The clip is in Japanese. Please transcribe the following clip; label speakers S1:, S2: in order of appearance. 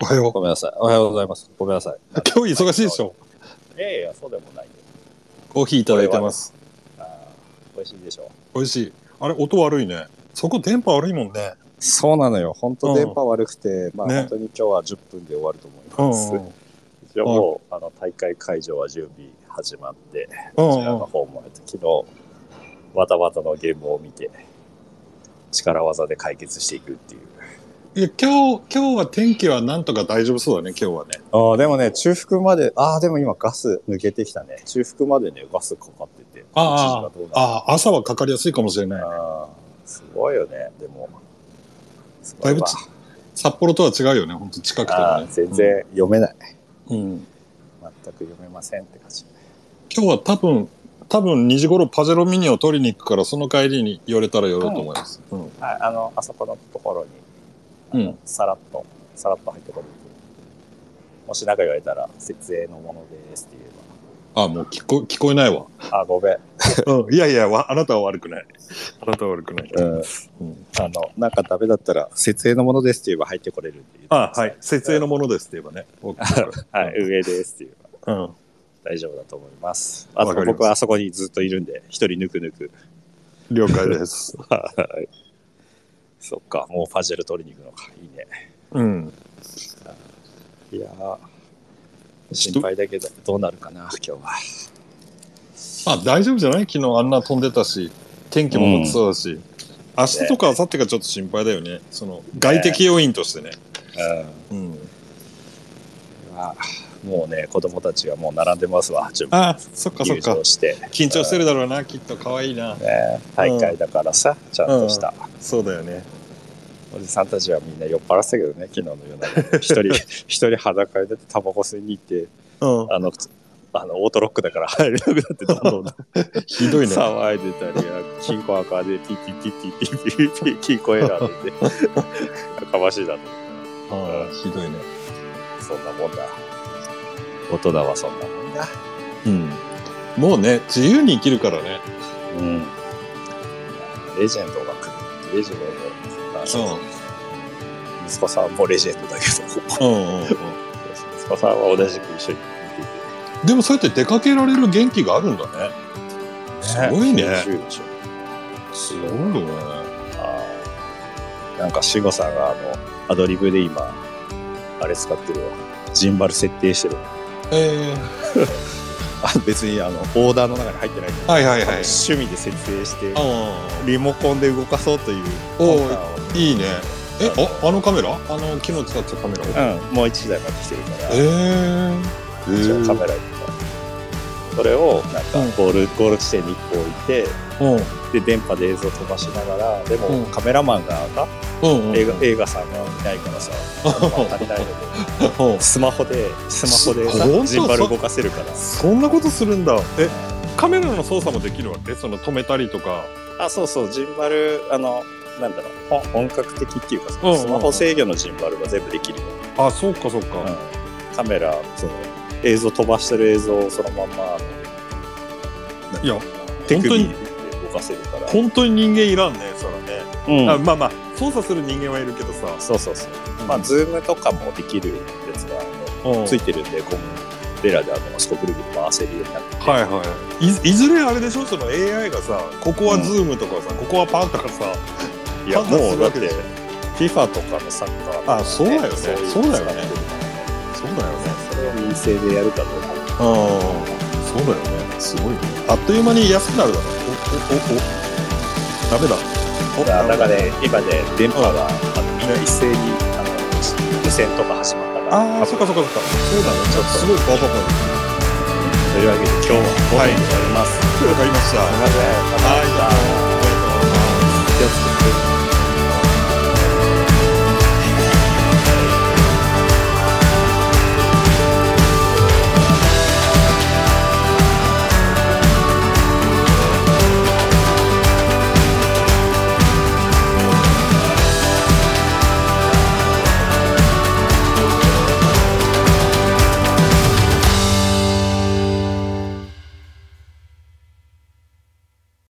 S1: おはよう。
S2: ごめんなさい。おはようございます。ごめんなさい。
S1: 今日忙しいでしょ。
S2: いやいや、そうでもないよ。
S1: コーヒーいただいてます。
S2: あー美味しいでしょ。
S1: 美味しい。あれ、音悪いね。そこ電波悪いもんね。
S2: そうなのよ。本当電波悪くて、まあ、
S1: ね
S2: 本当に今日は10分で終わると思
S1: う
S2: い
S1: ん
S2: ます。一応もう、あの、大会会場は準備始まって、
S1: う
S2: こ
S1: ん。
S2: ちら
S1: うんう
S2: の
S1: ん。
S2: 方も、昨日、バタバタのゲームを見て、力技で解決していくっていう。
S1: いや、今日、今日は天気はなんとか大丈夫そうだね、今日はね。
S2: ああ、でもね、中腹まで、ああ、でも今ガス抜けてきたね。中腹までね、ガスかかってて。
S1: あ
S2: 一時がどうなるか
S1: ああ、朝はかかりやすいかもしれない。
S2: あーすごいよね、でも。す
S1: だいぶ
S2: わ
S1: ち札幌とは違うよね、本当近くて
S2: あ
S1: も
S2: ー
S1: ね。
S2: 全然読めない。
S1: うん。うん。
S2: 全く読めませんって感じ。
S1: 今日は多分、多分2時頃パジェロミニを取りに行くから、その帰りに寄れたら寄ろうと思います。うん。
S2: はい、あの、あそこのところに、あの
S1: うん
S2: さらっと、さらっと入ってこれる。もし何か言われたら、設営のものですって言
S1: あ、もう聞こ、聞こえないわ。
S2: えば、あ、ごめん。
S1: うん。いやいや、わあなたは悪くない。あなたは悪くない。
S2: うん。
S1: うん。
S2: あの、なんかダメだったら、設営のものですって言えば入ってこれるっていう。
S1: あ、はい。設営のものですって言えばね。
S2: はい、上ですって言えば
S1: うん。
S2: 大丈夫だと思います。
S1: わ
S2: あと
S1: かります
S2: 僕はあそこにずっといるんで、一人ぬくぬく。
S1: 了解です。
S2: はい。そっか、もうファジェル取りに行くのか。いいね。
S1: うん。
S2: いやー心配だけど、どうなるかな、今日は。
S1: まあ大丈夫じゃない昨日あんな飛んでたし、天気もそうだし、明日とか明後日がちょっと心配だよね。その外的要因としてね。
S2: う
S1: うん。
S2: んまあもうね、子供たちはもう並んでますわ、準備。
S1: あ、そっかそっ
S2: 入
S1: か
S2: 場。して、
S1: 緊張してるだろうな、きっと可愛いな。
S2: ね、大会だからさ、ちゃんとした、
S1: そうだよね。
S2: おじさんたちはみんな酔っ払ってたけどね昨日の夜中一人一人裸になってタバコ吸いに行って
S1: うん。
S2: あのあのオートロックだから入れなくなってどんどん
S1: ひどいね。
S2: 騒いでたり金庫赤でピッピッピッピッピッピッピッ金庫エラーでてやかましいなと思って
S1: ああひどいね。
S2: そんなもんだ大人はそんなもんだ
S1: うん。もうね、自由に生きるからね。
S2: うん。レジェンドが来る。レジェンドが来る。息子さんもレジェンドだけど、
S1: うん。うんうんうん。
S2: 息子さんは同じく一緒に
S1: でもそうやって出かけられる元気があるんだね。すごいね。すごいよね。
S2: なんか、慎吾さんが、あの、アドリブで今、あれ使ってるわ。ジンバル設定してるわ。
S1: え
S2: あ別に、あの、オーダーの中に入ってないけ
S1: ー、はいはい
S2: ど、
S1: はい。
S2: 趣味で設定して、
S1: ああ。
S2: リモコンで動かそうという
S1: おー
S2: パターンを
S1: いいね。え、あ、あのカメラあの、昨日使ったカメラ
S2: うん、もう一台買ってきてるから。
S1: えー、え
S2: 一応
S1: ー。
S2: カメラにそれをなんか
S1: うん
S2: ゴール、ゴール地点に1個置いて
S1: うん。
S2: で電波で映像飛ばしながらでも、
S1: うん
S2: カメラマンがな
S1: うん、うん。
S2: 映画映画さんがいないからさカメラマン足りないので
S1: うん
S2: スマホでスマホで
S1: あ本当
S2: さジンバル動かせるから
S1: そんなことするんだ。え、カメラの操作もできるわけその止めたりとか。
S2: あそうそうジンバルあのなんだろうほん本格的っていうかさ
S1: うんうんうん
S2: スマホ制御のジンバルが全部できるよ、
S1: あ、そうかそうか。
S2: カメラその映像飛ばしてる映像をそのまんま
S1: いや、
S2: 手首
S1: 本
S2: で動かせるから
S1: 本当に人間いらんね、そらね。
S2: うん
S1: あまあまあ、操作する人間はいるけどさ。
S2: そうそうそう。まあ、ズームとかもできるやつがあ
S1: う
S2: の
S1: ん
S2: ついてるんで、ゴムベラであの、スコぐるぐる回せるようになってて。
S1: はいはいい。いずれあれでしょその AI がさ、ここはズームとかさ、ここはパンとかさ。
S2: いや、
S1: 判断す
S2: もう
S1: る
S2: だ
S1: わ
S2: っ
S1: け
S2: て
S1: でしょ、
S2: FIFA とかのサッカーとか、
S1: あそうだよね
S2: い
S1: そうだよね
S2: 使ってるからね
S1: そうだよね。
S2: それを民生でやるかどうか。
S1: ああ、そうだよね。すごいね。あっという間に安くなるだろ。お、お、お、お。ダメだ。お
S2: だからなんか
S1: ダメだ
S2: ね、今ね、電波が、あのみんな一斉に、あの、無線とか始まったから。
S1: ああ、そっかそっかそっか。そうだね。
S2: ちょっと
S1: すごいパワーパワー
S2: というわけで、今日は5分で終わります。
S1: わかりました。
S2: すいません。また
S1: はい、じゃあ、ありがとうございます。
S2: 気をつけて。